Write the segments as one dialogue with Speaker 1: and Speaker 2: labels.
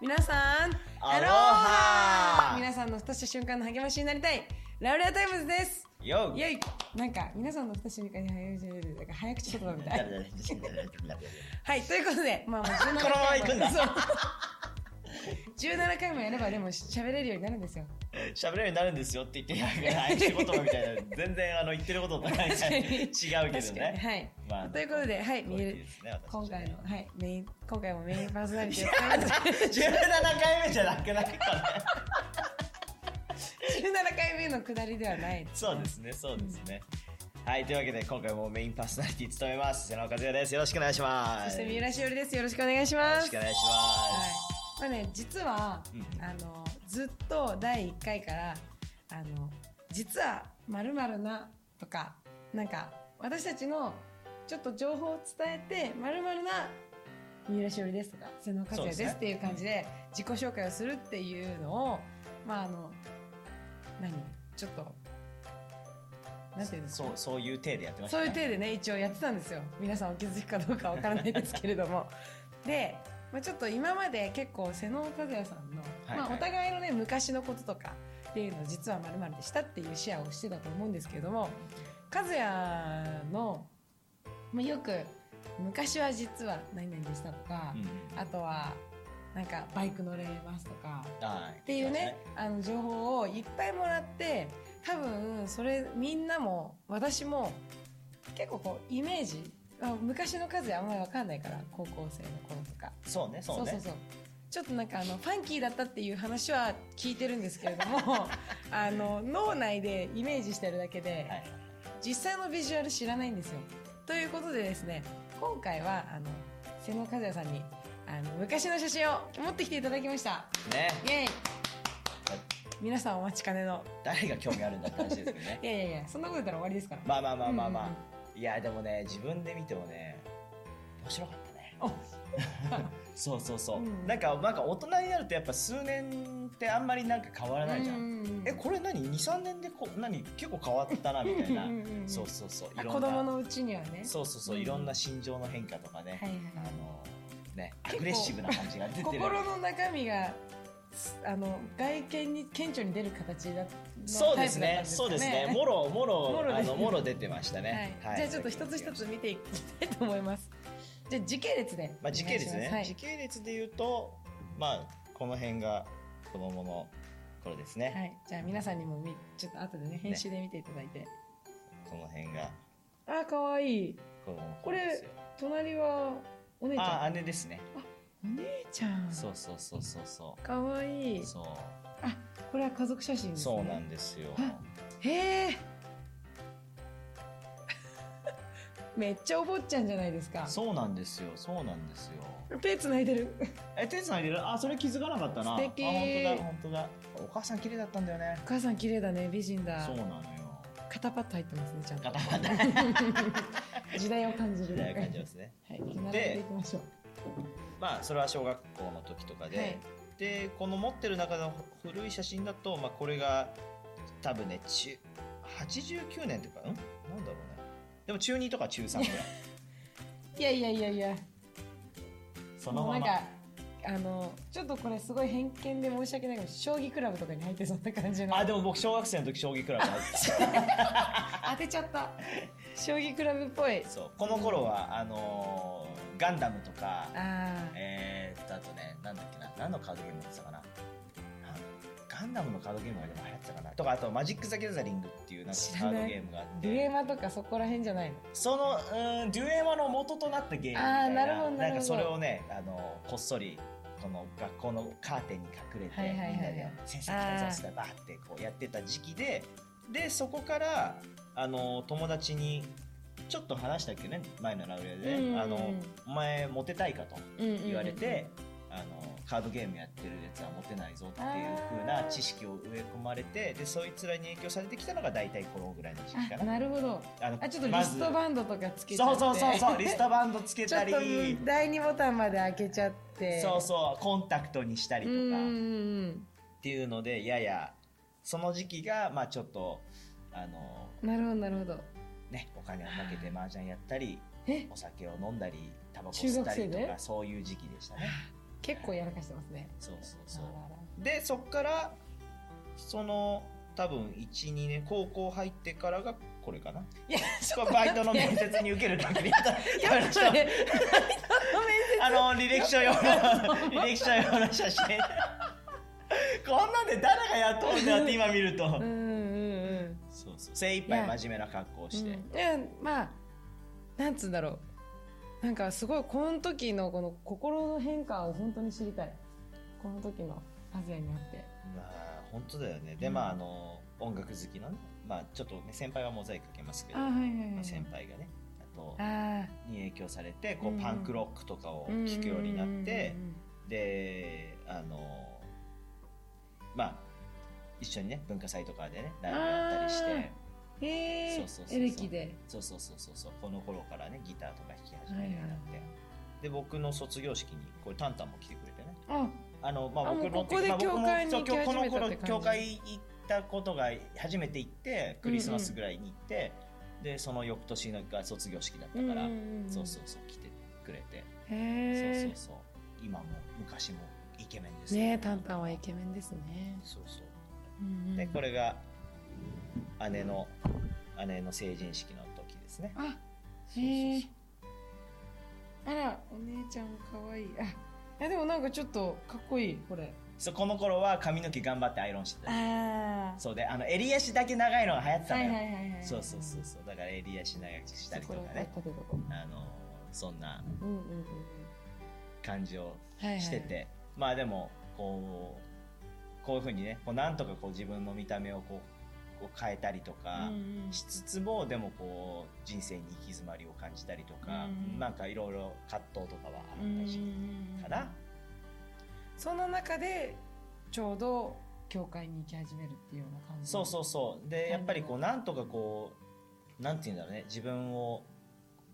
Speaker 1: 皆さん
Speaker 2: アローハ
Speaker 1: 皆さんのふとした瞬間の励ましになりたいラウレアタイムズです
Speaker 2: よ
Speaker 1: イエイなんか皆さんのふとした瞬間に励ましになりたいなんか早口言葉みたいはいということでまあもう17回も
Speaker 2: このまま行くんだ
Speaker 1: そう17回もやればでも喋れるようになるんですよ
Speaker 2: 喋れるようになるんですよって言ってなんか合言葉みたいな全然あの言ってることとなんか違うけど
Speaker 1: 確かに
Speaker 2: ね。
Speaker 1: はい、
Speaker 2: まあ
Speaker 1: ということではい見える
Speaker 2: ですね
Speaker 1: 今
Speaker 2: 私たち
Speaker 1: 回
Speaker 2: ね
Speaker 1: のはいメイン今回もメインパーソナリティを務めて
Speaker 2: 17回目じゃなくないかね。
Speaker 1: 17回目の下りではない
Speaker 2: そうですね、そうですね。はい、というわけで今回もメインパーソナリティ務めます。瀬野和也です。よろしくお願いしま
Speaker 1: そ
Speaker 2: す。
Speaker 1: して三
Speaker 2: よ
Speaker 1: 浦しおりですよろしくお願いしま
Speaker 2: ろ
Speaker 1: す
Speaker 2: しくお願いし
Speaker 1: はい
Speaker 2: ま
Speaker 1: まあね実は、
Speaker 2: うん
Speaker 1: あのずっと第1回からあの実はまるなとかなんか私たちのちょっと情報を伝えてまるな三浦しおりですとか瀬野和
Speaker 2: そう
Speaker 1: 也
Speaker 2: で
Speaker 1: ですす
Speaker 2: ね。
Speaker 1: っていう感じで自己紹介をするっていうのをまああの何ちょっとなんていうんですすか
Speaker 2: そう、そういう体でやってました
Speaker 1: そう
Speaker 2: ね。
Speaker 1: いう体で ね一応やってたんですよ皆さんお気づきかどうかわからないですけれど もで、まあ、ちょっと今まで結構瀬野和也さんの、
Speaker 2: はい
Speaker 1: ま
Speaker 2: は
Speaker 1: あ、
Speaker 2: い
Speaker 1: お互いのね昔のこととかっていうのを実はまるでしたっていうシェアをしてたと思うんですけれども和也の、まあ、よく昔は実は何々でしたとか、
Speaker 2: うん
Speaker 1: あとはなんかバイク乗れますとか
Speaker 2: はい
Speaker 1: っていうねあの情報をいっぱいもらって多分それみんなも私も結構こうイメージあ昔の数あんまりわかんないから高校生の頃とか
Speaker 2: そうね、そうね。
Speaker 1: そうそうちょっとなんかあのファンキーだったっていう話は聞いてるんですけれど もあの脳内でイメージしてるだけで、
Speaker 2: はい
Speaker 1: 実際のビジュアル知らないんですよということでですね今回はあの瀬野和也さんにあの昔の写真を持ってきていただきました
Speaker 2: ね。
Speaker 1: イエイ皆さんお待ちかねの
Speaker 2: 誰が興味あるんだって話ですけどね
Speaker 1: い。やいやいやそんなこと言ったら終わりですから、
Speaker 2: まあまあまあまあまあ。
Speaker 1: うんうん
Speaker 2: いや、でもね、自分で見てもね、面白かったね。
Speaker 1: お
Speaker 2: そうそうそう、
Speaker 1: うん
Speaker 2: なんかなんか大人になるとやっぱ数年ってあんまりなんか変わらないじゃん、
Speaker 1: うんうんうん
Speaker 2: えこれ何23年でこ何結構変わったなみたいな
Speaker 1: うんうんうんうん
Speaker 2: そうそうそう
Speaker 1: あ
Speaker 2: いろ
Speaker 1: 子
Speaker 2: んな
Speaker 1: 供のうちにはね
Speaker 2: そうそうそう、
Speaker 1: うん
Speaker 2: いろんな心情の変化とかね、
Speaker 1: はいはい
Speaker 2: あのねア
Speaker 1: 結構
Speaker 2: グレッシブな感じが出てる
Speaker 1: 心の中身がすあの外見に顕著に出る形だの
Speaker 2: そう
Speaker 1: タ
Speaker 2: で
Speaker 1: イ
Speaker 2: す
Speaker 1: プだった
Speaker 2: ね
Speaker 1: ん
Speaker 2: そうです
Speaker 1: か
Speaker 2: ねもろもろ
Speaker 1: もろ
Speaker 2: あ
Speaker 1: です
Speaker 2: のもろ出てました
Speaker 1: はい
Speaker 2: ね、はい
Speaker 1: じゃあちょっと一つ一つ見ていきたいと思いますじゃあ時系列で
Speaker 2: まあ、時系列ね、
Speaker 1: お願いし
Speaker 2: 時系列で言うとまあこの辺が子供の頃ですね、
Speaker 1: ますはい、はい、じゃあ皆さんにもみちょっと後でね編集で見ていただいて、
Speaker 2: この辺が
Speaker 1: あかわいい
Speaker 2: 子供の頃ですよ
Speaker 1: 隣はお姉ち
Speaker 2: あ
Speaker 1: ゃん
Speaker 2: 姉ですね
Speaker 1: お姉ちゃん
Speaker 2: そうそうそうそうそ
Speaker 1: かわいいう
Speaker 2: そう
Speaker 1: あこれは家族写真ですね
Speaker 2: そうなんですよ
Speaker 1: あへえ めっちゃお坊ちゃんじゃないですか
Speaker 2: そうなんですよそうなんですよ
Speaker 1: 手つないでる
Speaker 2: え手つないでるあそれ気づかなかったな
Speaker 1: 素敵
Speaker 2: あ本当だ本当だお母さん綺麗だったんだよね
Speaker 1: お母さん綺麗だね美人だ
Speaker 2: そうなのよ
Speaker 1: 肩パッド入ってますねちゃんと
Speaker 2: ガタガタ
Speaker 1: 時代を感じる
Speaker 2: みたいな感じですね
Speaker 1: はい並べていきましょう
Speaker 2: まあそれは小学校の時とかで、
Speaker 1: はい
Speaker 2: でこの持ってる中の古い写真だと、まあ、これが多分ね中89年とかんなんだろうねでも中2とか中3ぐらい
Speaker 1: いやいやいやいや
Speaker 2: その
Speaker 1: もうな
Speaker 2: ま
Speaker 1: ん
Speaker 2: ま
Speaker 1: かあのちょっとこれすごい偏見で申し訳ないけど将棋クラブとかに入ってそんな感じの
Speaker 2: あでも僕小学生の時将棋クラブ入ってた
Speaker 1: 当てちゃった将棋クラブっぽい
Speaker 2: そうこの頃はあのーガンダムとか
Speaker 1: あー
Speaker 2: えー、っとあとねなんだっけな何のカードゲームやってたかなあガンダムのカードゲームがでも流行ってたかなとかあとマジック・ザ・ギャザリングっていうなんか
Speaker 1: 知
Speaker 2: カ
Speaker 1: ら
Speaker 2: ー
Speaker 1: ない
Speaker 2: ドゲームがあっ
Speaker 1: デュエ
Speaker 2: て
Speaker 1: マとかそこら辺じゃないの
Speaker 2: そのうんデュエマの元となったゲームみた
Speaker 1: あ
Speaker 2: い
Speaker 1: ー
Speaker 2: な
Speaker 1: なるほどなるほど
Speaker 2: んかそれをね、あのーこっそりこの学校のカーテンに隠れて、
Speaker 1: はいはいはいはい
Speaker 2: みんなで先生来たぞっつってバーってこうやってた時期ででそこから、あのー友達にちょっと話したっけね前のラウレで、
Speaker 1: うんうんうん
Speaker 2: あのお前モテたいかと。言
Speaker 1: 言
Speaker 2: われて、あのカードゲームやってるやつは持てないぞっていう風な知識を植え込まれてでそいつらに影響されてきたのが大体このぐらいの時期か
Speaker 1: あ
Speaker 2: な。
Speaker 1: なるほど
Speaker 2: あの
Speaker 1: あちょっとリストバンドとかつけちゃっ
Speaker 2: ま
Speaker 1: て
Speaker 2: ずそうそうそうそうリストバンドつけ
Speaker 1: ちょ
Speaker 2: た
Speaker 1: っ
Speaker 2: り
Speaker 1: と第二ボタンまで開けちゃって
Speaker 2: そうそうコンタクトにしたりと
Speaker 1: うんう
Speaker 2: かっ
Speaker 1: ん
Speaker 2: ていうのでややその時期がまあちょっとあの
Speaker 1: うんなるほどなるほど
Speaker 2: ねお金をかけて麻雀やったり
Speaker 1: え
Speaker 2: お酒を飲んだりタバコ吸ったり
Speaker 1: 中
Speaker 2: と
Speaker 1: 学生
Speaker 2: か
Speaker 1: で
Speaker 2: そういう時期でしたね。
Speaker 1: 結構やらかしてますね。
Speaker 2: そうそう
Speaker 1: あ
Speaker 2: そ
Speaker 1: ら
Speaker 2: うでそっからその多分12年高校入ってからがこれかな
Speaker 1: らいや、ちょっと
Speaker 2: バ
Speaker 1: 待
Speaker 2: イ
Speaker 1: って
Speaker 2: トの面接に受けるために
Speaker 1: やっぱり、ね、
Speaker 2: あの履歴書用の履歴書用の写真こんなんで誰がやっとんだって今見ると、
Speaker 1: うんうんうん。
Speaker 2: そうそう精一杯真面目な格好をして、
Speaker 1: うん、いやまあなんつうんだろうなんかすごいこの時のこの心の変化を本当に知りたいこの時のアジアにあって
Speaker 2: まあ本当だよねでまああの音楽好きのねまあちょっとね先輩はモザイクかけますけど、
Speaker 1: あはいはいはい
Speaker 2: まあ、先輩がねあと
Speaker 1: あ
Speaker 2: に影響されてこ
Speaker 1: うんう
Speaker 2: うんパンクロックとかを
Speaker 1: あ
Speaker 2: 聴くようになって
Speaker 1: うん
Speaker 2: であのまあ一緒にね文化祭とかでねライブやったりし
Speaker 1: あーう
Speaker 2: て
Speaker 1: んうんへえ
Speaker 2: そうそうそうそう
Speaker 1: エレキで
Speaker 2: そうそうそうそうそうこの頃からねギターとか弾き始めるようになって、で僕の卒業式にこれタンタンも来てくれてね
Speaker 1: あ
Speaker 2: あのまあ
Speaker 1: あ
Speaker 2: 僕
Speaker 1: も
Speaker 2: の
Speaker 1: うここで
Speaker 2: まあ僕も
Speaker 1: 教会に
Speaker 2: そう
Speaker 1: 行き始
Speaker 2: この
Speaker 1: めたっ
Speaker 2: 頃
Speaker 1: て感じ
Speaker 2: 教会行ったことが初めて行ってクリスマスぐらいに行って、でその翌年が卒業式だったから、そうそうそう来てくれて、
Speaker 1: うん
Speaker 2: そ
Speaker 1: へ
Speaker 2: うそうそう今も昔もイケメンです
Speaker 1: えねえタンタンはイケメンですね、
Speaker 2: そうそう
Speaker 1: うんうん
Speaker 2: でこれが姉の姉の成人式の時ですね
Speaker 1: あ
Speaker 2: そうそうそう
Speaker 1: へえあらお姉ちゃんかわいいあいやでもなんかちょっとかっこいいこれ
Speaker 2: そうこの頃は髪の毛頑張ってアイロンしてた
Speaker 1: あ
Speaker 2: そうであの襟足だけ長いのが流行ってた
Speaker 1: は
Speaker 2: の
Speaker 1: い
Speaker 2: よ、
Speaker 1: はいはいはい。
Speaker 2: そうそうそうそうだから襟足長くしたりと
Speaker 1: これ
Speaker 2: かね
Speaker 1: これこれ
Speaker 2: あのそんな
Speaker 1: うんうんうんうん。
Speaker 2: 感じを
Speaker 1: はいはい。
Speaker 2: してて、。まあでもこうこういうふうにねこうなんとかこう自分の見た目をこうこう変えたりと
Speaker 1: うん
Speaker 2: か、
Speaker 1: うん。
Speaker 2: しつつもでもこう人生に行き詰まりを感じたりとか、
Speaker 1: うん
Speaker 2: なんかいろいろ葛藤とかはあ
Speaker 1: うんう
Speaker 2: っ
Speaker 1: ん
Speaker 2: たし、
Speaker 1: うん
Speaker 2: かな。
Speaker 1: その中でちょうど教会に行き始めるっていうような感じ。
Speaker 2: そうそうそうでやっぱりこうなんとかこうなんて言うんだろうね自分を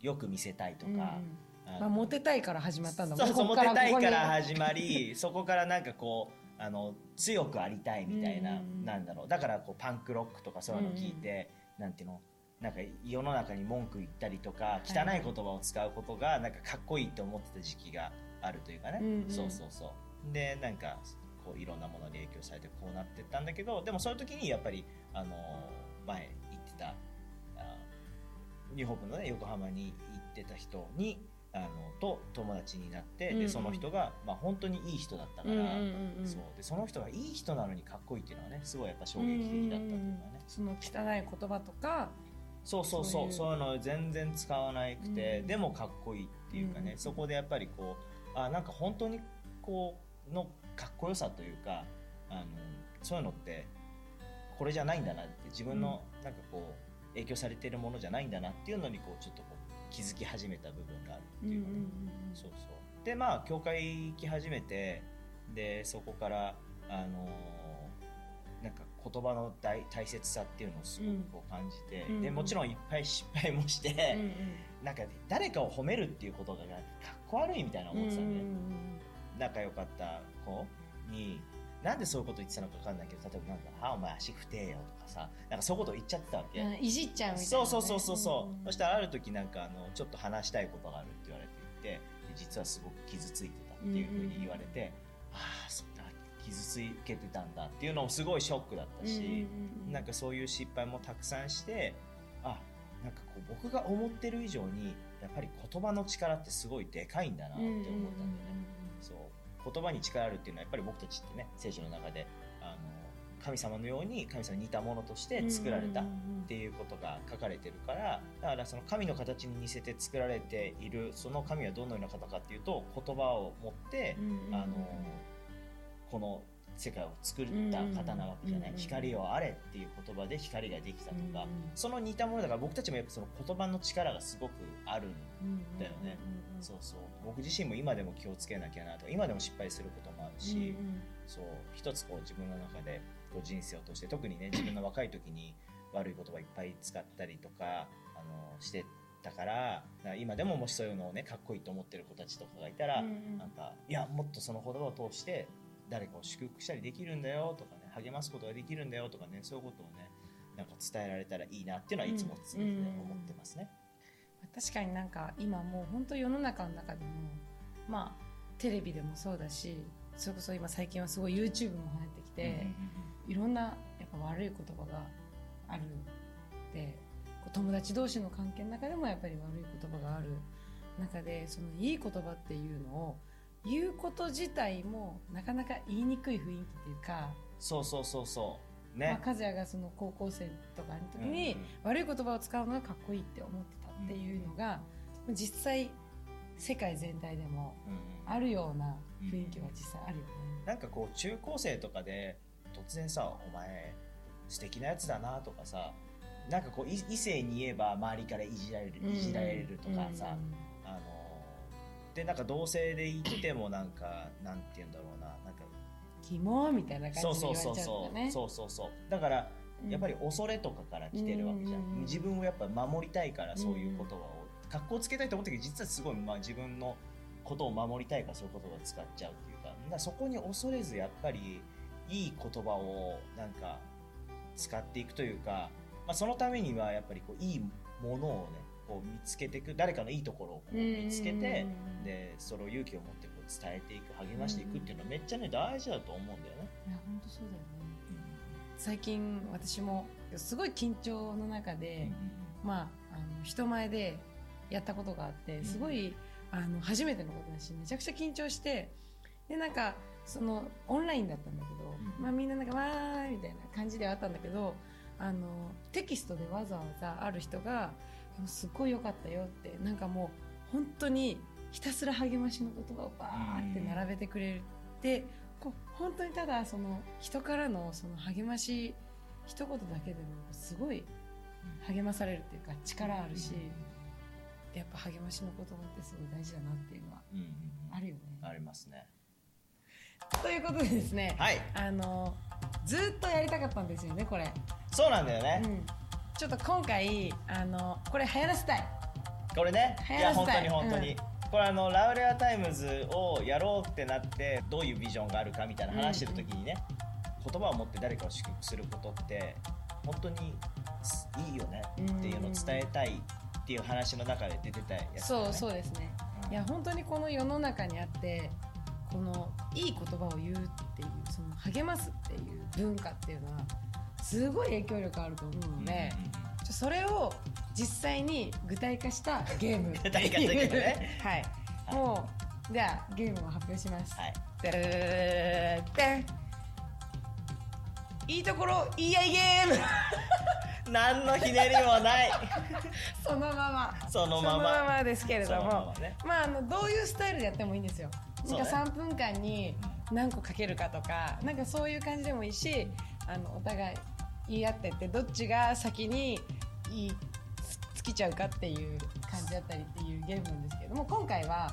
Speaker 2: よく見せたいと
Speaker 1: うんうん
Speaker 2: か、あの
Speaker 1: まあモテたいから始まったんだもん。
Speaker 2: そうそう
Speaker 1: こ
Speaker 2: モ
Speaker 1: こ
Speaker 2: テ
Speaker 1: ら
Speaker 2: たいから
Speaker 1: ここ
Speaker 2: 始ま りそこからなんかこうあの強くありたいみたいな、
Speaker 1: うんうん
Speaker 2: なんだろうだからこうパンクロックとかそういうの聞いて、なんていうのなんか世の中に文句言ったりとか汚い言葉を使うことがなんかかっこいいと思ってた時期があるというかね、
Speaker 1: うんうん
Speaker 2: そうそうそうでなんかこういろんなものに影響されてこうなってったんだけどでもそういう時にやっぱりあの前言ってたあ日本部のね横浜に行ってた人にあのと友達になって、
Speaker 1: うんう
Speaker 2: で
Speaker 1: ん
Speaker 2: その人が、まあ、本当にいい人だったか
Speaker 1: に
Speaker 2: ら、
Speaker 1: うんうんうんうん。
Speaker 2: そうでその人がいい人なのにかっこいいっていうのはねすごいやっぱ衝撃的だったっていうのはね、
Speaker 1: んんんその汚い言葉とか。
Speaker 2: そうそうそうそうい
Speaker 1: そう
Speaker 2: うの全然使わなくて、
Speaker 1: うん
Speaker 2: でもかっこいいっていうかね、
Speaker 1: うん
Speaker 2: そこでやっぱりこうあなんか本当にこうのかっこよさというかあのそういうのってこれじゃないんだなって自分のなんかこう影響されてるものじゃないんだなっていうのにこうちょっとこう気づき始めた部分があるっていうかね、
Speaker 1: うん
Speaker 2: そうそうでまあ教会行き始めてでそこからあのーなんか言葉の大大切さっていうのをすごくこう感じて、
Speaker 1: うん
Speaker 2: で
Speaker 1: うん
Speaker 2: もちろんいっぱい失敗もして、
Speaker 1: うんうん
Speaker 2: なんか誰かを褒めるっていうことがかっこ悪いみたいな
Speaker 1: うん。
Speaker 2: 思ってたんで、
Speaker 1: うんうん
Speaker 2: 仲良かった子になんでそういうこと言ってたのか分かんないけど例えばなんか「あお前足不定よ」とかさなんかそういうこと言っちゃってたわけ、
Speaker 1: うん。あいじっちゃうみたいな
Speaker 2: そ
Speaker 1: ね。
Speaker 2: うそうそうそうそう、
Speaker 1: んん
Speaker 2: そしたらある時なんかあのちょっと話したいことがあるって言われていてで実はすごく傷ついてたっていうふうに言われて、ああそんな傷つけてたんだっていうのもすごいショックだったし、なんかそういう失敗もたくさんしてあなんかこう僕が思ってる以上にやっぱり言葉の力ってすごいでかいんだなって思ったんだよね。そう言葉に力あるっていうのはやっぱり僕たちってね聖書の中であの神様のように神様に似たものとして作られたっていうことが書かれてるからだからその神の形に似せて作られているその神はどのような方かっていうと言葉を持って、あのこの世界を作った方なわけじゃない、
Speaker 1: うんうん
Speaker 2: 光をあれっていう言葉で光ができたとか、
Speaker 1: うんうん
Speaker 2: その似たものだから僕たちもやっぱその言葉の力がすごくあるんだよねそうそう僕自身も今でも気をつけなきゃなとか今でも失敗することもあるし、そう一つこう自分の中でこう人生を通して特にね 自分の若い時に悪い言葉いっぱい使ったりとかあのしてたからだから今でももしそういうのをねかっこいいと思ってる子たちとかがいたら、なんかいやもっとその言葉を通して誰かを祝福したりできるんだよとかね励ますことができるんだよとかねそういうことをねなんか伝えられたらいいなっていうのはいつも常々ね
Speaker 1: うん
Speaker 2: 思ってますね。
Speaker 1: 確かになんか今もう本当世の中の中でもまあテレビでもそうだしそれこそ今最近はすごい YouTube も流行ってき
Speaker 2: うんうん
Speaker 1: て、いろんなやっぱ悪い言葉があるでこう友達同士の関係の中でもやっぱり悪い言葉がある中でそのいい言葉っていうのを言うこと自体もなかなか言いにくい雰囲気っていうか、
Speaker 2: そうそうそうそう
Speaker 1: まあ、
Speaker 2: ね、
Speaker 1: 和也がその高校生とかの時
Speaker 2: う
Speaker 1: に
Speaker 2: んうん
Speaker 1: 悪い言葉を使うのがかっこいいって思ってたっていうのが実際世界全体でも
Speaker 2: うんうん
Speaker 1: あるような雰囲気は実際あるよね。
Speaker 2: なんかこう中高生とかで突然さ「お前素敵なやつだな」とかさなんかこうい異性に言えば周りからいじられるいじられるとかさ、あのーでなんか同性で言ってもなんかなんて言うんだろうななんか
Speaker 1: キモみたいな感
Speaker 2: そう
Speaker 1: じで言
Speaker 2: そう
Speaker 1: われちゃ
Speaker 2: そううん
Speaker 1: だよ
Speaker 2: そう
Speaker 1: ね。
Speaker 2: そうそうそうだから
Speaker 1: うん
Speaker 2: やっぱり恐れとかから来てるわけじゃん、
Speaker 1: うん
Speaker 2: 自分をやっぱ守りたいからそういう言葉を格好つけたいと思ったけど実はすごい、まあ、自分のことを守りたいからそういう言葉を使っちゃうっていうかだからそこに恐れずやっぱりいい言葉をなんか使っていくというか、まあ、そのためにはやっぱりこういいものをねこう見つけていく誰かのいいところをこう見つけて
Speaker 1: うん
Speaker 2: でそれを勇気を持ってこう伝えていく励ましていくっていうのはめっちゃね大事だと思うんだよね。
Speaker 1: いや本当そうだよね。最近私もすごい緊張の中で、まあ、あの人前でやったことがあってすごい、あの初めてのことだしめちゃくちゃ緊張してでなんかそのオンラインだったんだけど、
Speaker 2: うん
Speaker 1: まあ、みんななんか「わーい」みたいな感じではあったんだけどあのテキストでわざわざある人が「でもすっごい良かったよ」ってなんかもう本当にひたすら励ましの言葉をバーって並べてくれて、こう本当にただその人からのその励まし一言だけでもすごい励まされるっていうか力あるし、やっぱ励ましの言葉ってすごい大事だなっていうのは
Speaker 2: うんうんうん
Speaker 1: あるよね。
Speaker 2: ありますね。
Speaker 1: ということでですね、
Speaker 2: はい、
Speaker 1: あのずーっとやりたかったんですよねこれ、
Speaker 2: そうなんだよ
Speaker 1: う
Speaker 2: ね。
Speaker 1: ん、ちょっと今回あのこれ流行らせたい
Speaker 2: これね、
Speaker 1: 流
Speaker 2: い
Speaker 1: 行ら
Speaker 2: や
Speaker 1: せ
Speaker 2: 本
Speaker 1: た
Speaker 2: 当
Speaker 1: い
Speaker 2: に本当に。
Speaker 1: うん
Speaker 2: これあのラウレアタイムズをやろうってなってどういうビジョンがあるかみたいな話してる時にね、言葉を持って誰かを祝福することって本当にすいいよねっていうのを伝えたいっていう話の中で出てたやつだよね、
Speaker 1: そうそうですね
Speaker 2: うん
Speaker 1: いや本当にこの世の中にあってこのいい言葉を言うっていうその励ますっていう文化っていうのはすごい影響力あると思うので、ちょそれを実際に具体化したゲーム
Speaker 2: 具体化したゲームね
Speaker 1: はいもうじゃあゲームを発表します、
Speaker 2: はい
Speaker 1: ででいいところ言い合いゲーム
Speaker 2: 何のひねりもない
Speaker 1: そのまま
Speaker 2: その
Speaker 1: そ
Speaker 2: まま
Speaker 1: のままです けれども
Speaker 2: そのままね
Speaker 1: まああのどういうスタイルでやってもいいんですよ
Speaker 2: そう
Speaker 1: なん
Speaker 2: ね
Speaker 1: か3分間に何個かけるかとかなんかそういう感じでもいいしあのお互い言い合ってってどっちが先に言いつ尽きちゃうかっていう感じだったりっていうゲームなんですけれども今回は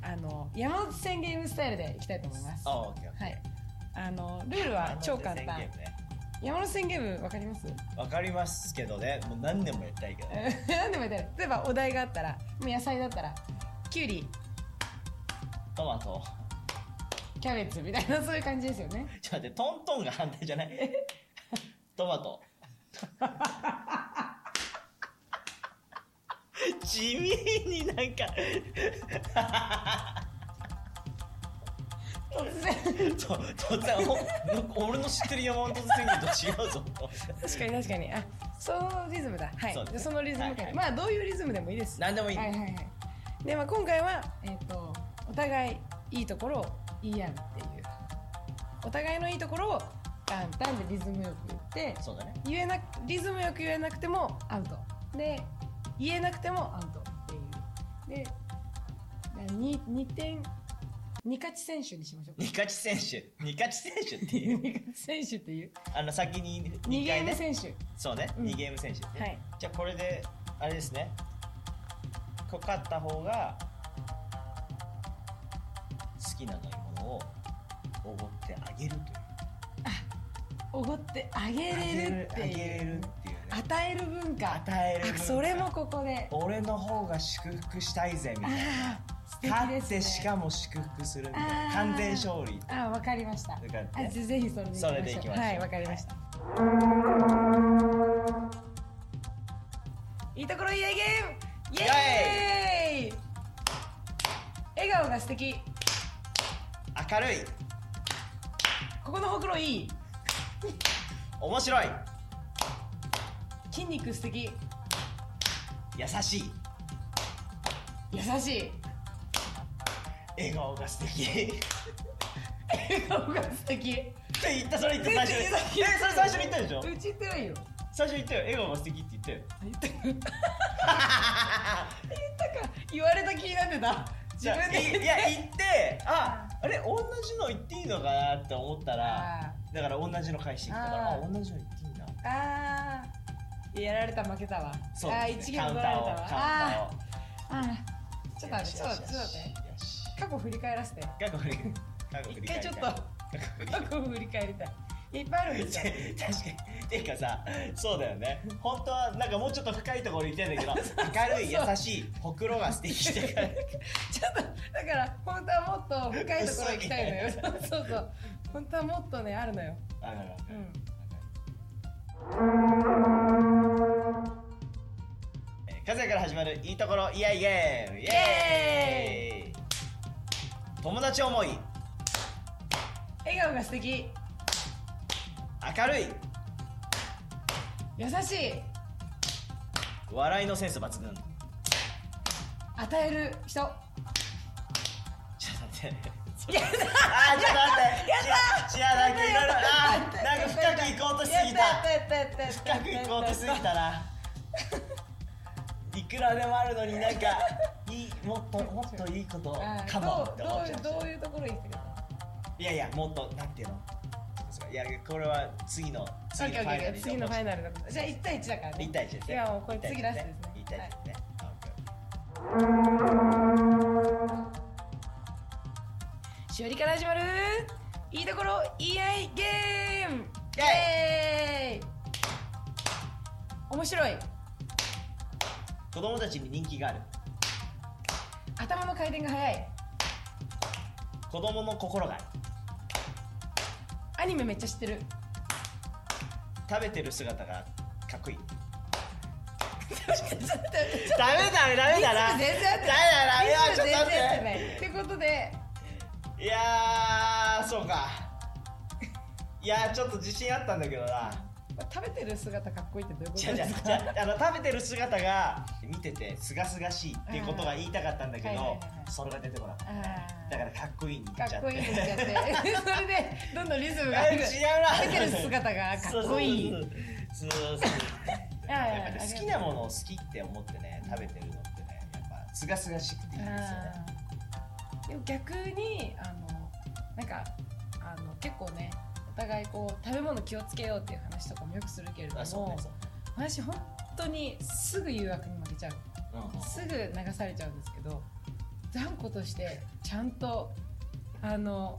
Speaker 1: あの山手線ゲームスタイルでいきたいと思います。
Speaker 2: あ
Speaker 1: は
Speaker 2: o k
Speaker 1: いあのルールは超簡単山手線ゲームわかります
Speaker 2: わかりますけどねもう何年もやったいけどね
Speaker 1: 何でもやってる例えばお題があったらもう野菜だったらきゅうり
Speaker 2: トマト
Speaker 1: キャベツみたいなそういう感じですよ ね
Speaker 2: ちょっと待ってトントンが反対じゃないトマト地味になんか
Speaker 1: 突然
Speaker 2: と突然お俺の知ってる山本宣言と違うぞ
Speaker 1: 確かに確かにあそのリズムだはい
Speaker 2: そう
Speaker 1: そ,、
Speaker 2: ですね
Speaker 1: のリズム感、
Speaker 2: はいはい
Speaker 1: まあどういうリズムでもいいです
Speaker 2: 何でもいい、
Speaker 1: はいはいはいで、まあ、今回は、えっとお互いいいところを言い合うっていうお互いのいいところをダンダンでリズムよく言って
Speaker 2: そうだね
Speaker 1: 言えなリズムよく言えなくてもアウトで言えなくてもアウトっていうで 2, 二点二勝ち選手にしましょう
Speaker 2: ニカチ選手ニカチ選手っていう
Speaker 1: 二勝ち選手っていう
Speaker 2: あの先に
Speaker 1: 2
Speaker 2: 2
Speaker 1: ゲー
Speaker 2: 回
Speaker 1: ム
Speaker 2: ね
Speaker 1: 選手
Speaker 2: そうね、
Speaker 1: うん
Speaker 2: 2ゲーム選手、ね
Speaker 1: はい
Speaker 2: じゃあこれであれですねこう勝った方が好きな飲み物をおごってあげるという
Speaker 1: おごってあげれるって
Speaker 2: あげれ
Speaker 1: い
Speaker 2: る
Speaker 1: う
Speaker 2: っていうね
Speaker 1: 与える文化
Speaker 2: 与える文化
Speaker 1: あそれもここで
Speaker 2: 俺の方が祝福したいぜみたいな
Speaker 1: ああ素敵です、ね、
Speaker 2: 勝ってしかも祝福するみたいな
Speaker 1: あー
Speaker 2: 完全勝利
Speaker 1: ああわかりました
Speaker 2: だからね
Speaker 1: あじゃあぜひそれでいきましょう
Speaker 2: それでいきましょう
Speaker 1: はいわかりました、い、いところイエイゲームイエーイ笑顔が素敵
Speaker 2: 明るい
Speaker 1: ここのほくろいい
Speaker 2: 面白い
Speaker 1: 筋肉素敵
Speaker 2: 優しい
Speaker 1: 優しい
Speaker 2: 笑顔が素敵
Speaker 1: 笑顔が素敵え
Speaker 2: って言ったそれ言った最初にえそれ最初に言ったでしょ
Speaker 1: うち言ってないよ
Speaker 2: 最初に言ったよ笑顔が素敵って言ったよ
Speaker 1: あ言った言ったか言われた気になってた 自
Speaker 2: じゃあ
Speaker 1: 分で言っ
Speaker 2: いいや言ってああれ同じの言っていいのかなって思ったら
Speaker 1: た
Speaker 2: だから同じの返してきたから
Speaker 1: あー
Speaker 2: あ同じの言っていいんだ
Speaker 1: あーやられた負けたわ
Speaker 2: そう
Speaker 1: あー
Speaker 2: です
Speaker 1: 一
Speaker 2: ねカ
Speaker 1: 元
Speaker 2: ウン
Speaker 1: 取
Speaker 2: タ
Speaker 1: られ
Speaker 2: ー
Speaker 1: た
Speaker 2: を
Speaker 1: わ
Speaker 2: カウ
Speaker 1: あーあ
Speaker 2: ンターを
Speaker 1: ーちょっと待ってちょっと待ってちょっと待って
Speaker 2: よし
Speaker 1: 過去振り返らせて
Speaker 2: 過去振り過去振り
Speaker 1: 一回
Speaker 2: 返
Speaker 1: ち
Speaker 2: り
Speaker 1: ょ
Speaker 2: たい
Speaker 1: っと過去振り返りたいいっぱいあるんですよ
Speaker 2: 確かにていうかさそうだよね本当はなんかもうちょっと深いところ行きたいん だけど明るい優しいほくろが素敵だから
Speaker 1: ちょっとだから本当はもっと深いところ行きたいのよそ
Speaker 2: 嘘
Speaker 1: うそうそう本当はもっとねあるのよ
Speaker 2: あなるほど
Speaker 1: うん
Speaker 2: えー和也から始まるいいところイエイイエイイ
Speaker 1: イエ
Speaker 2: エイ友達思い
Speaker 1: 笑顔が素敵
Speaker 2: 明るい
Speaker 1: 優しい
Speaker 2: 笑いのセンス抜群ちょっ
Speaker 1: 与える人
Speaker 2: と
Speaker 1: や
Speaker 2: 待って
Speaker 1: だ
Speaker 2: あーちょっと待ってちやなんかいろいろあーなんか深く行こうとしすぎた
Speaker 1: やったやったやったや
Speaker 2: 深
Speaker 1: った
Speaker 2: く行こうとしすぎたないくらでもあるのになんかいいもっともっといいことかも
Speaker 1: あ
Speaker 2: って思っ
Speaker 1: ー
Speaker 2: ちゃいま
Speaker 1: どうどうど
Speaker 2: した
Speaker 1: ういうところ行ってくれた
Speaker 2: いやいやもっとなんていうのいやこれは次の次のフ
Speaker 1: オッ
Speaker 2: ァイ
Speaker 1: ケーオッケー
Speaker 2: ナル
Speaker 1: 次のファイナルだからじゃあ1対1だからね
Speaker 2: 一対一ですね
Speaker 1: いやもうこれ次ラストですね
Speaker 2: 一対一ですね
Speaker 1: しおりから始まるいいところ EI ゲーム
Speaker 2: イ
Speaker 1: エーイ面白い
Speaker 2: 子供たちに人気がある
Speaker 1: 頭の回転が速い
Speaker 2: 子供の心がある
Speaker 1: アニメめっちゃ知 ってる
Speaker 2: 食べてる姿がかっこいい
Speaker 1: ちょっとちょっ
Speaker 2: ダメダメダメだ
Speaker 1: と
Speaker 2: な
Speaker 1: 全然合って
Speaker 2: ダメだな
Speaker 1: ない
Speaker 2: いやちょっと
Speaker 1: 全
Speaker 2: 待
Speaker 1: 然合って
Speaker 2: っ
Speaker 1: ないってことで
Speaker 2: ていやーそうかいやーちょっと自信あったんだけどな
Speaker 1: まあ食べてる姿かっこいいってどういうこ
Speaker 2: じゃ
Speaker 1: と
Speaker 2: じゃ
Speaker 1: です
Speaker 2: じ
Speaker 1: か
Speaker 2: ゃあの食べてる姿が見ててすがすがしいっていうことが言いたかったんだけ
Speaker 1: あーはいは
Speaker 2: ど
Speaker 1: いはいはい
Speaker 2: それが出てこなか
Speaker 1: あ
Speaker 2: った
Speaker 1: ー
Speaker 2: だからかっこいいに言っち
Speaker 1: か
Speaker 2: ゃ
Speaker 1: っ
Speaker 2: って
Speaker 1: こいいの言っちゃってそれでどんどんリズムが
Speaker 2: あ違うな
Speaker 1: 食べてる姿がかっこいい
Speaker 2: そうそうそうそう
Speaker 1: いやいや
Speaker 2: やっぱね好きなものを好きって思ってね食べてるのってねやっぱすがすがしくていいですよね
Speaker 1: うんでも逆にあのなんかあの結構ねお互いこう食べ物気をつけようっていう話とかもよくするけれど
Speaker 2: あそうね
Speaker 1: も
Speaker 2: そう
Speaker 1: 私本当にすぐ誘惑に負けちゃう
Speaker 2: うんうん
Speaker 1: すぐ流されちゃうんですけど断固としてちゃんとあの